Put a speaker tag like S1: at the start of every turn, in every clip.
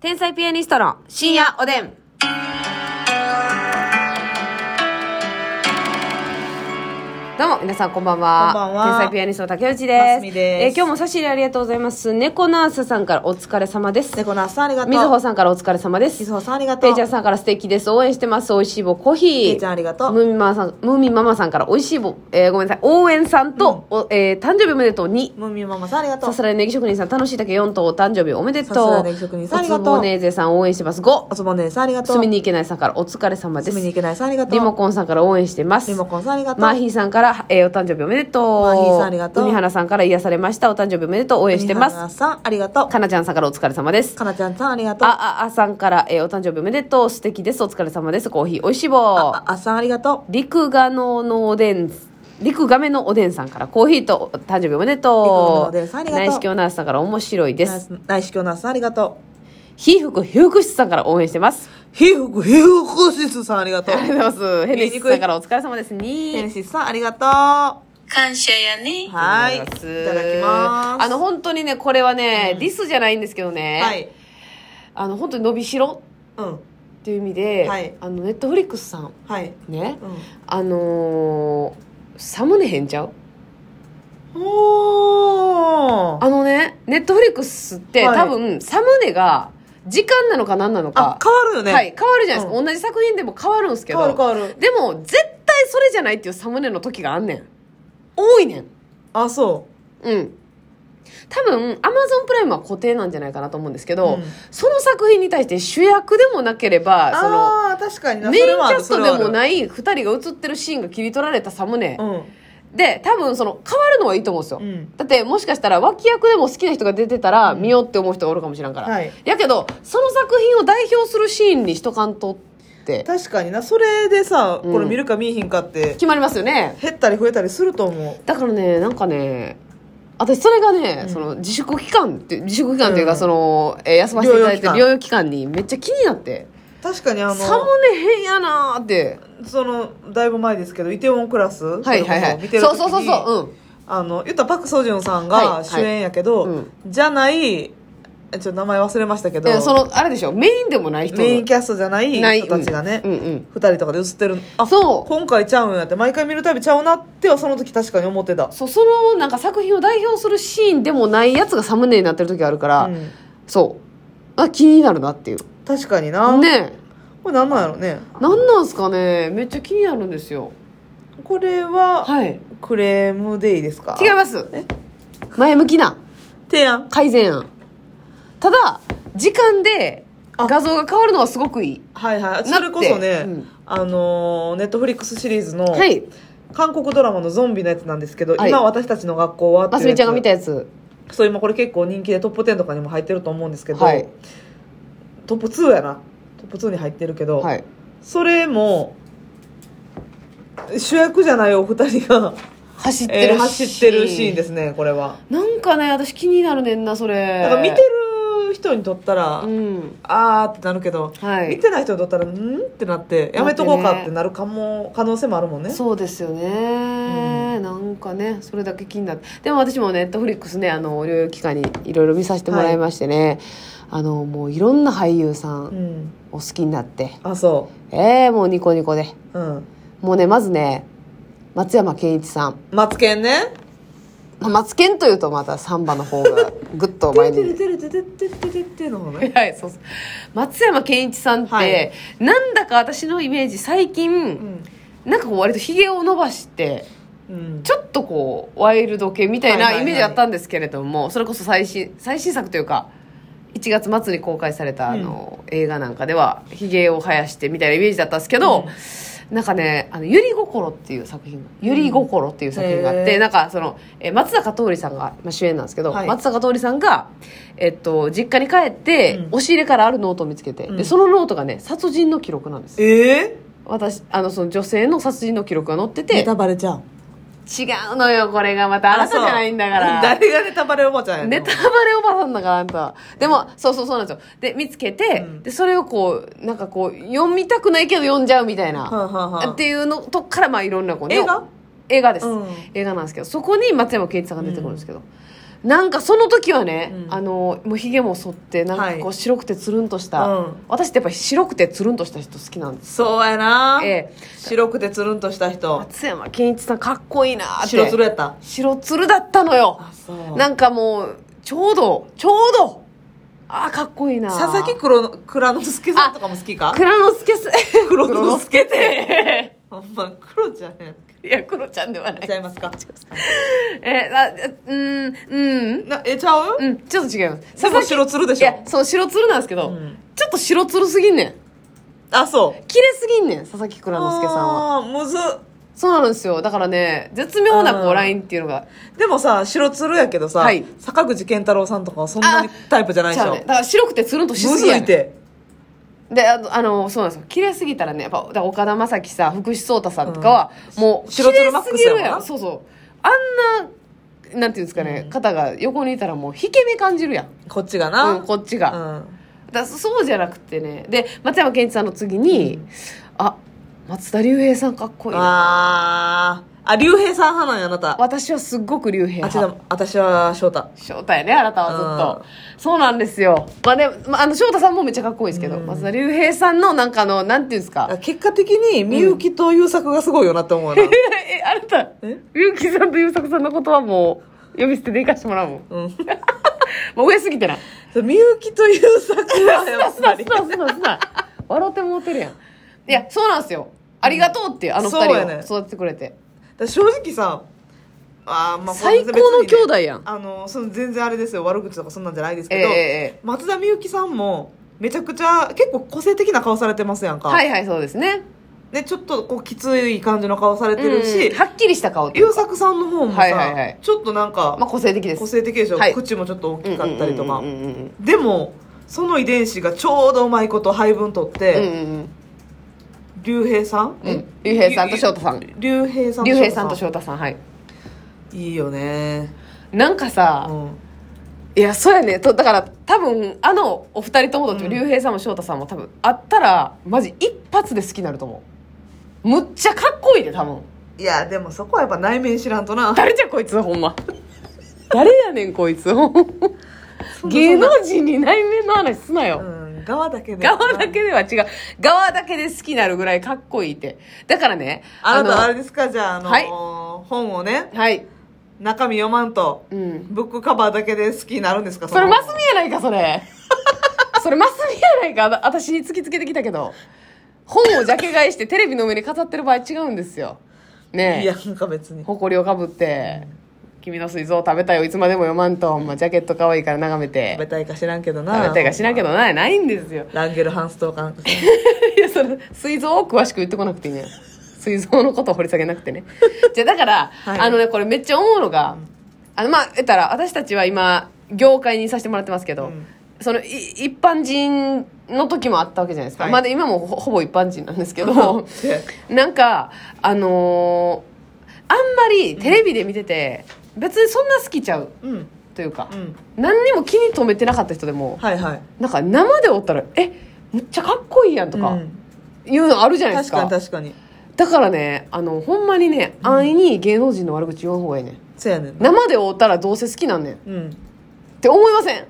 S1: 天才ピアニストの深夜おでん。どうも、皆さんこんばんは。
S2: こんばんは
S1: 天才ピアニストの竹内です。
S2: ますみです
S1: えー今日も差し入れありがとうございます。猫ナースさんからお疲れ様です。
S2: 猫ナースさんありがとう。
S1: みずほさんからお疲れ様です。
S2: みずほさんありがと
S1: ペ
S2: う。
S1: イちゃんさんから素敵です。応援してます。美味しい棒コーヒー。
S2: ペイちゃんありがとう
S1: ムーミンママさん、ムーミンママさんから美味しい棒、えーごめんなさい。応援さんと、おえー誕生日おめでとうに。
S2: むみママさんありがとう
S1: さ。すらいネギ職人さん、楽しいだけ4頭、お誕生日おめでとう。
S2: さすらいネギ職人さんありがとう
S1: おつぼねーぜさん、応援してます。5
S2: お。つぼねさんありがとう。
S1: 住みに行けないさんからお疲れ様です。
S2: 住みに行けないさんありがとう。
S1: リモコンさんから応援してます。
S2: リモコンさんありがとう。
S1: マーヒーさんから、えーお誕生日おめでとう。
S2: マーヒーさんありがとう
S1: 海原さんから癒されました。お誕生日おめでとう。応援してま
S2: みは
S1: す。
S2: なさんありがと
S1: かなちゃんさんからお疲れ様です
S2: う。。かなちゃんさんありがとう。
S1: あああさんから、えーお誕生日おめでとう素敵ですお疲れ様ですコーヒーおいしい棒
S2: ああさんありがと
S1: 陸ガノのおでん陸亀のおでんさんからコーヒーとお誕生日おめで
S2: 陸亀の
S1: と
S2: お
S1: う
S2: でんさんありがとう。
S1: 内視鏡ナースさんから面白いうです
S2: 内視鏡ナースさんありがと
S1: ひ福ひ福室さんから応援してます
S2: う。皮膚、皮膚コシスさんありがとう
S1: あ。りがとうございますヘネシスさんからお疲れ様です
S2: テニ
S1: に
S2: シスさんありがとう。は
S3: 感謝やね。
S2: い。い
S1: あ
S2: た
S1: り
S2: だ
S1: が
S2: き
S1: とうござ
S2: ます。
S1: あの、本当にねこれはね、リスじゃないんですけどね、
S2: はい。
S1: あの本当に伸びしろ
S2: うん。
S1: っていう意味で、
S2: はい
S1: あのネットフリックスさん
S2: はい。
S1: ね、
S2: うん。
S1: あのー、サムネ変ちゃう
S2: おー。
S1: あのね、ネットフリックスって、
S2: はい
S1: 多分、サムネが、時間なのか何なのか。、
S2: あ変わるよね。
S1: はい、変わるじゃないですか。
S2: う
S1: 同じ作品でも変わるんですけ
S2: 変わる変
S1: ど。
S2: わる。
S1: でも、絶対それじゃないっていうサムネの時があんねん。多いねん。
S2: あ、そ
S1: うん。多分、アマゾンプライムは固定なんじゃないかなと思うんですけど、
S2: うん
S1: その作品に対して主役でもなけれ
S2: う。
S1: ば、その、
S2: あー、確かにな
S1: メインキャス
S2: そ
S1: ト
S2: れ
S1: で
S2: はある
S1: もない二人が映ってるシーンが切り取られたサムネ。
S2: うん。
S1: で、多分、その、変わるのはいいと思うんですよ。
S2: うん。
S1: だってもしかしたら脇役でも好きな人が出てたら見ようって思う人がおるかもしれんから、
S2: はい
S1: やけどその作品を代表するシーンにしとかんとって
S2: 確かにな、それでさ、
S1: うん
S2: これ見るか見えへんかって、
S1: 決まりますよね
S2: 減ったり増えたりすると思う。
S1: だからねなんかね私それがね、
S2: うん
S1: その自粛期間って自粛期間っていうか、
S2: うん
S1: その、えー休ませていただいて療
S2: 療養期
S1: 養
S2: 間
S1: 期間にめっちゃ気になって
S2: 確かにあの、
S1: サムネ変やなーって
S2: その、だいぶ前ですけど、イテウォンクラス、
S1: はいはいはい
S2: それこそ見てる
S1: そう
S2: 時に
S1: そうそうそううん
S2: あの、言ったらパク・ソジュンさん
S1: はいは
S2: が
S1: い
S2: 主演やけど、
S1: うん
S2: じゃない、ちょっと名前忘れましたけど、
S1: えーそのあれでしょメインでもない人の
S2: メインキャストじゃない
S1: ない
S2: 人たちがね、
S1: う
S2: 二
S1: んうん
S2: 人とかで映ってる。
S1: う
S2: あ
S1: ん、そう
S2: 今回ちゃうんやって、毎回見るたびちゃうなっては、その時確かに思ってた。
S1: そうそのなんか作品を代表するシーンでもないやつがサムネになってる時があるから、
S2: うん
S1: そうあ気になるなっていう
S2: 確かにな。
S1: ね
S2: これなんなんやろね。
S1: なんなんすかねめっちゃ気になるんですよ
S2: これは、
S1: はい
S2: クレームでいいですか
S1: 違います
S2: え
S1: 前向きな
S2: 提案
S1: 改善案ただ時間で
S2: あ
S1: 画像が変わるのはすごくいい
S2: はいはい
S1: なって
S2: それこそね、
S1: うん
S2: あのネットフリックスシリーズの
S1: はい
S2: 韓国ドラマのゾンビのやつなんですけど、
S1: はい
S2: 今私たちの学校はってい
S1: ます
S2: う
S1: みちゃんが見た
S2: や
S1: やつ
S2: つそう今これ結構人気でトップ10とかにも入ってると思うんですけど、
S1: はい
S2: トップ2やなトップ2に入ってるけど、
S1: はい
S2: それも主役じゃないお二人が、
S1: 走って
S2: え
S1: る、
S2: ー走ってるシーンですすねこれは、
S1: なんかね私気になるねんなそれ
S2: だから見てる人にとったら、
S1: うん
S2: あーってなるけど、
S1: はい
S2: 見てない人にとったらんってなってやめとこうかってなるかも、可能性もあるもんね
S1: そうですよね、なんかねそれだけ気になってでも私もネットフリックスねあの療養期間にいろいろ見させてもらいましてね、あのもういろんな俳優さ
S2: うんん
S1: お好きになって、
S2: あそ
S1: ええもうニコニコで
S2: ううん
S1: もうねまずね松山ケンイチさん
S2: マツケンね
S1: まあ松ケンというとまたサンバの方がグッと
S2: て
S1: 前
S2: れてれ
S1: に。
S2: てれてれてれてれてれの方 ね
S1: はい、そうそう松山ケンイチさんって、
S2: はい
S1: なんだか私のイメージ最近、
S2: うん、
S1: なんかこう割とひげを伸ばして
S2: うん、
S1: ちょっとこうワイルド系みたい
S2: は
S1: ない
S2: はいは
S1: イ
S2: い
S1: メージだったんですけれども、それこそ最新最新作というか1月末に公開されたあの、映画なんかではひげを生やしてみたいなイメージだったんですけど、なんかね「あのゆり心」っていう作品「ゆり心」っていう作品があっ
S2: へ
S1: て、
S2: ー
S1: なんかそのえー松坂桃李さんが、まあ、主演なんですけど、
S2: はい
S1: 松坂桃李さんが、えっと、実家に帰って、
S2: うん
S1: 押し入れからあるノートを見つけて、
S2: う
S1: で
S2: ん
S1: そのノートがね殺人の記録なんです
S2: ええ
S1: 私あのその女性の殺人の記録が載って
S2: ー、
S1: て
S2: ネタバレちゃう
S1: 違うのよ、これがまた。あなたじゃないんだから。
S2: 誰がネタバレおばちゃんやね
S1: ネ
S2: ん
S1: タバレおばさんだから、あんた。でも、そうそうそうなんですよ。で、見つけて、
S2: うん
S1: で、それをこう、なんかこう、読みたくないけど読んじゃうみたいな。
S2: はあはあはあ
S1: っていうのとこから、まあいろんなこうね
S2: 映画
S1: 映画です、
S2: うん
S1: 映画なんですけど、そこに松山ケンイチさんが出てくるんですけど、なんかその時はね、
S2: うん
S1: あのもうひげも剃ってなんかこ
S2: は
S1: う
S2: い
S1: 白くてつるんとした、
S2: うん
S1: 私ってやっぱり白くてつるんとした人好きなんです
S2: そうやな、
S1: ええ
S2: 白くてつるんとした人
S1: 松山ケンイチさんかっこいいなーって
S2: 白つるやった
S1: 白つるだったのよ
S2: そう
S1: なんかもうちょうどちょうどああかっこいいなー
S2: 佐々木黒の蔵之介さんとかも好きか
S1: 蔵之介す
S2: 黒
S1: 黒之
S2: 介っ
S1: え
S2: ほんま黒じゃね
S1: ーいや黒ちゃんではな
S2: えちゃ
S1: い
S2: いますか
S1: えー、あうんうん
S2: なえちゃう、
S1: うんちょっと違います
S2: でも白つるで
S1: い
S2: し
S1: や
S2: ょ
S1: そう白つるなんですけど、
S2: うん
S1: ちょっと白つるすぎんねん
S2: あそう
S1: 綺麗すぎんねん佐々木蔵之介さんは
S2: あーむずっ
S1: そうなんですよだからね絶妙なこ
S2: う
S1: うんラインっていうのが
S2: でもさ白つるやけどさ、
S1: はい
S2: 坂口健太郎さんとかはそんなにタイプじゃない
S1: ち
S2: でし
S1: ゃ
S2: ょ、
S1: うねだから白くてつるんとし
S2: む
S1: す
S2: ず
S1: ぎやね
S2: い
S1: ん
S2: て
S1: であのあのそうなんですよ綺麗すぎたらねやっぱだから岡田将生さん福士蒼太さんとかは、もう綺
S2: 白
S1: 麗
S2: 鶴マッ
S1: す
S2: ク
S1: ぎ
S2: スや
S1: る
S2: もんな
S1: やんそうそうあんななんていうんですかね、方が横にいたらもう引け目感じるやん、
S2: こっちがな、
S1: うん、こっちが、
S2: うん
S1: だそうじゃなくてねで松山ケンイチさんの次に、あ松田龍平さんかっこいいな
S2: あーあ竜兵さん派なんやあなた
S1: 私はすっごく龍平
S2: あち
S1: 派
S2: ょっと私は翔太
S1: 翔太やねあなたはずっと、そうなんですよまあでも、まあ、あの翔太さんもめっちゃかっこいいですけど、松田龍平さんのなんかあのなんていうんですか
S2: あ結果的にみゆきと優作がすごいよなって思う な、
S1: え、あなた
S2: え、
S1: ゆうきさんとゆうさくさんのことはもう、呼び捨てでいかしてもらうもん。
S2: うん
S1: もう上すぎてない。
S2: そうみゆきと優作は
S1: す
S2: や
S1: な
S2: っ
S1: す
S2: ぱ
S1: な
S2: り
S1: すなすなすな。笑ってもうてるやん。いや、そうなんですよ。ありがとうっていう、あの二
S2: そうやね
S1: 人を育ててくれて。
S2: だ正直さあーまあ
S1: 最高の兄弟やん
S2: 別にねあのその全然あれですよ悪口とかそんなんじゃないです
S1: え
S2: け
S1: え
S2: ど、
S1: ええ
S2: 松田美由紀さんもめちゃくちゃ結構個性的な顔されてますやんか、
S1: はいはい、そうですね。
S2: でちょっとこうきつい感じの顔されてるし、
S1: うんはっきりした顔っていう
S2: 優作さんの方もさ、
S1: はいはいはい
S2: ちょっとなんか、
S1: まあ、個性的です。
S2: 個性的でしょ、
S1: はい
S2: 口もちょっと大きかったりとか、
S1: うんうんうんうん
S2: でもその遺伝子がちょうどうまいこと配分取っ
S1: うん。うん
S2: て
S1: うん
S2: 竜兵さん
S1: うん竜兵さんと翔太さん
S2: 竜兵
S1: う
S2: さ
S1: ん。
S2: ん
S1: 竜平さんと翔
S2: 太
S1: 太さん、はい。
S2: さんいいよね
S1: なんか
S2: う
S1: さ、
S2: ん
S1: いや、そうやね。と、だから、多分、あの、お二人ともだと、
S2: うん
S1: 竜兵さんも翔太さんも多分、あったら、マジ一発で好きになると思う。むっちゃかっこいいで、多 分。
S2: いやでもそこはやっぱ内面知らんとな
S1: 誰じゃこいつ、ほん ま。誰やねん、こいつ。ほんま芸能人に内面の話すなよ。
S2: うん側だけで
S1: 側だけでは違う。側だけで好きになるぐらいかっこいいって。だからね、
S2: あなたあれ
S1: の、
S2: ですかじゃああの、
S1: はい
S2: 本をね
S1: はい。
S2: 中身読まんと
S1: うん。
S2: ブックカバーだけで好きになるんですか
S1: それ
S2: の
S1: マスミやないか、そ れ。それマスミやないか、あた私に突きつけてきたけど。本をジャケ買いしてテレビの上に飾ってる場合違うんですよ。ね
S2: い
S1: え
S2: や。なんか別に
S1: 誇りをかぶって、君の水蔵を食べたいをいつまでも読まんと、ほんまジャケット可愛いから眺め
S2: 食
S1: て。
S2: べたいか知らんけどな
S1: 食べたいか知らんけどない、ないんですよ。
S2: ランゲルハンストーカー
S1: いや、その、水蔵を詳しく言ってこなくていいね。水蔵のことを掘り下げなくてね。じゃあだから、
S2: はい
S1: あのね、これめっちゃ思うのが、あの、まあ、言ったら、私たちは今、業界にさせてもらってますけど、
S2: うん
S1: その、い一般人の時もあったわけじゃないですか。
S2: はい
S1: まあ、で今もほほぼ一般人なんですけ ど、なんか、あのーあんまりテレビで見てて、別にそんな好きちゃう
S2: うんうん
S1: というか、
S2: うん
S1: 何にも気に留めてなかった人でも、
S2: はいはい
S1: なんか生でおったら、え、むっちゃかっこいいやんとか、
S2: うん
S1: いうのあるじゃないで
S2: 確
S1: すか
S2: かに確かに
S1: だからねあのほんまにね安易に芸能人の悪口言わん方がいいね、
S2: そうやねん
S1: ん、生で会うたらどうせ好きなんねんっ
S2: うん
S1: て思いません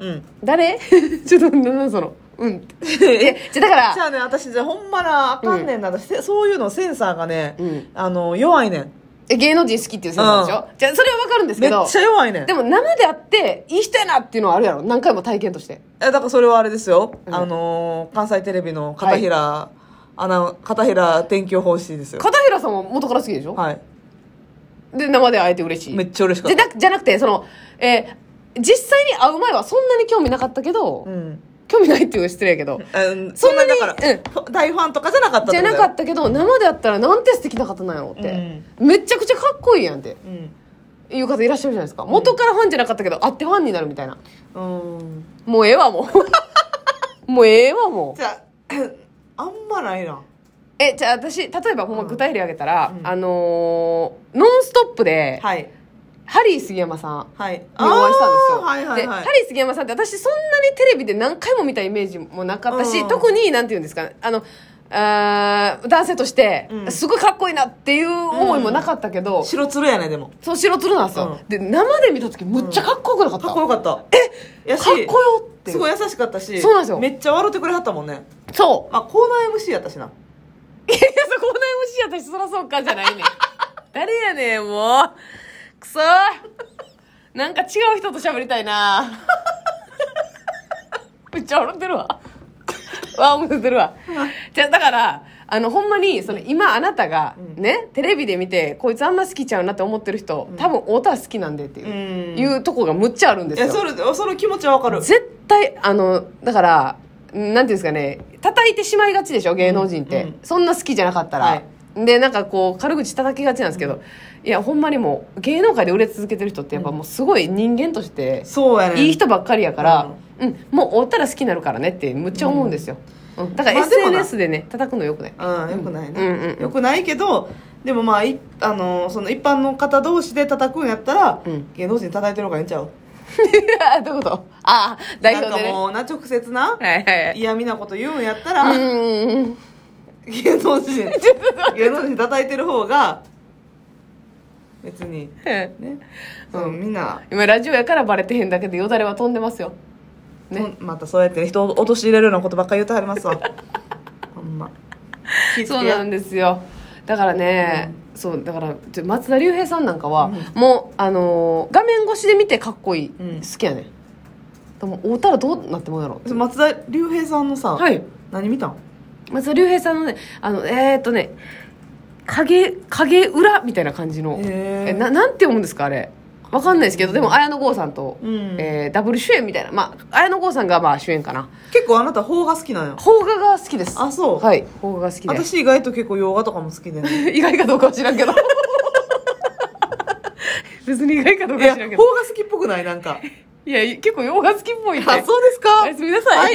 S2: うん
S1: 誰 ちょっとなんなんそのうんってえじゃだから
S2: じゃあね私じゃあほんまなあかんねんな、私せそういうのセンサーがね、
S1: うん
S2: あの弱いねん
S1: え芸能人好きっていう先生でしょ、じゃあそれはわかるんです
S2: め
S1: け
S2: っ
S1: ど
S2: ちゃ弱いねん
S1: でも生で会っていい人やなっていうのはあるやろ何回も体験として
S2: えだからそれはあれですよ、
S1: うん
S2: あのー関西テレビの片平、アナ片平天気予報士ですよ
S1: 片平さんも元から好きでしょ、
S2: はい
S1: で生で会えて嬉しい
S2: めっちゃ嬉しかっ
S1: じゃ
S2: た
S1: なじゃなくてそのえー実際に会う前はそんなに興味なかったけど、
S2: うん
S1: 興味ないっていうのは失礼やけど
S2: うん
S1: そ
S2: そ
S1: ん
S2: ん
S1: な
S2: な
S1: に
S2: にだから、大ファンとかじゃなかった
S1: じゃなか
S2: た
S1: ったけど生であったらなんて素敵な方なんやろうって、めちゃくちゃかっこいいやんっていう方いらっしゃるじゃないですか元からファンじゃなかったけど会ってファンになるみたいな
S2: うん、うん、
S1: もうええわも うもうええわもう
S2: じゃあ あんまないな
S1: えじゃあ私例えばほんま具体例挙げたら、
S2: うん
S1: あのーノンストップ」で、
S2: はい
S1: ハリー杉山さん
S2: はいに
S1: にお会いしたんですよ、
S2: はいはいはい
S1: でハリー杉山さんって私そんなにテレビで何回も見たイメージもなかったし、
S2: うん
S1: 特になんて言うんですかあのああー男性として、
S2: うん
S1: すごいかっこいいなっていう思いもなかったけど、
S2: 白鶴やねでも
S1: そう白鶴なんですよ、
S2: う
S1: で生で見た時むっちゃかっこよくなかった、
S2: かっこよ
S1: かっ
S2: かったえやし
S1: こよって
S2: すごい優しかったし
S1: そうなんですよ
S2: めっちゃ笑ってくれはったもんね
S1: そう
S2: まあコーナー MC やったしない
S1: やいやそこの MC やったしそらそうかじゃないねん誰やねんもうくそなんか違う人と喋りたいな めっちゃ笑ってるわわ思ってるわじゃあだからあのほんまにその今あなたがね、テレビで見てこいつあんま好きちゃうなって思ってる人、多分太田は好きなんでっていう,、
S2: うん
S1: いうとこがむっちゃあるんで
S2: い
S1: すよ
S2: やそれその気持ちはわかる
S1: 絶対あのだからなんていうんですかね叩いてしまいがちでしょ芸能人って、
S2: うんうん
S1: そんな好きじゃなかったら、
S2: はい
S1: でなんかこう軽口叩きがちなんですけど、いやほんまにもう芸能界で売れ続けてる人ってやっぱもうすごい人間として
S2: そうやね
S1: いい人ばっかりやから、うんもう追ったら好きになるからねってむっちゃ思うんですよ、うんだから
S2: まあでもな
S1: SNS でね叩くのよくない
S2: うんよくないね、
S1: うんうんうん
S2: よくないけどでもまあいあのその一般の方同士で叩くんやったら、
S1: うん
S2: 芸能人叩いてる方がいいんちゃう
S1: どういうことああ代表で
S2: なんか
S1: ね
S2: もうな直接な
S1: はいはい
S2: 嫌味なこと言うんやった
S1: は
S2: ら、
S1: いうんうんうん
S2: 芸 能人芸能人叩いてる方が別にね、そのみんな、
S1: 今ラジオやからバレてへんだけどよだれは飛んでますよ
S2: ね、またそうやって人を陥れるようなことばっかり言ってはりますわほんま気ぃつ
S1: そう
S2: けや
S1: なんですよだからね、そうだからちょ松田龍平さんなんかは、もうあのー画面越しで見てかっこいい、
S2: うん
S1: 好きやねんでも会うたらどうなってもんやろ
S2: 松田龍平さんのさ、
S1: はい
S2: 何見たん
S1: 松田龍平さんのねあのえー、っとね影影裏みたいな感じの、
S2: へー
S1: えななんて読むんですかあれわかんないですけどでも綾野剛さんと、
S2: うん
S1: えーダブル主演みたいなまあ綾野剛さんがまあ主演かな
S2: 結構あなた邦画好きなんや
S1: 邦画が好きです
S2: あそう
S1: はい邦画が好きで
S2: 私意外と結構洋画とかも好きで、ね、
S1: 意外かどうかは知らん けど別に意外かどう
S2: い
S1: かは
S2: や
S1: 知ら
S2: 邦
S1: んけ
S2: 画
S1: ど
S2: 好きっぽくないなんか
S1: いや結構洋画好きっぽいって
S2: あそうですか
S1: おやすみなさい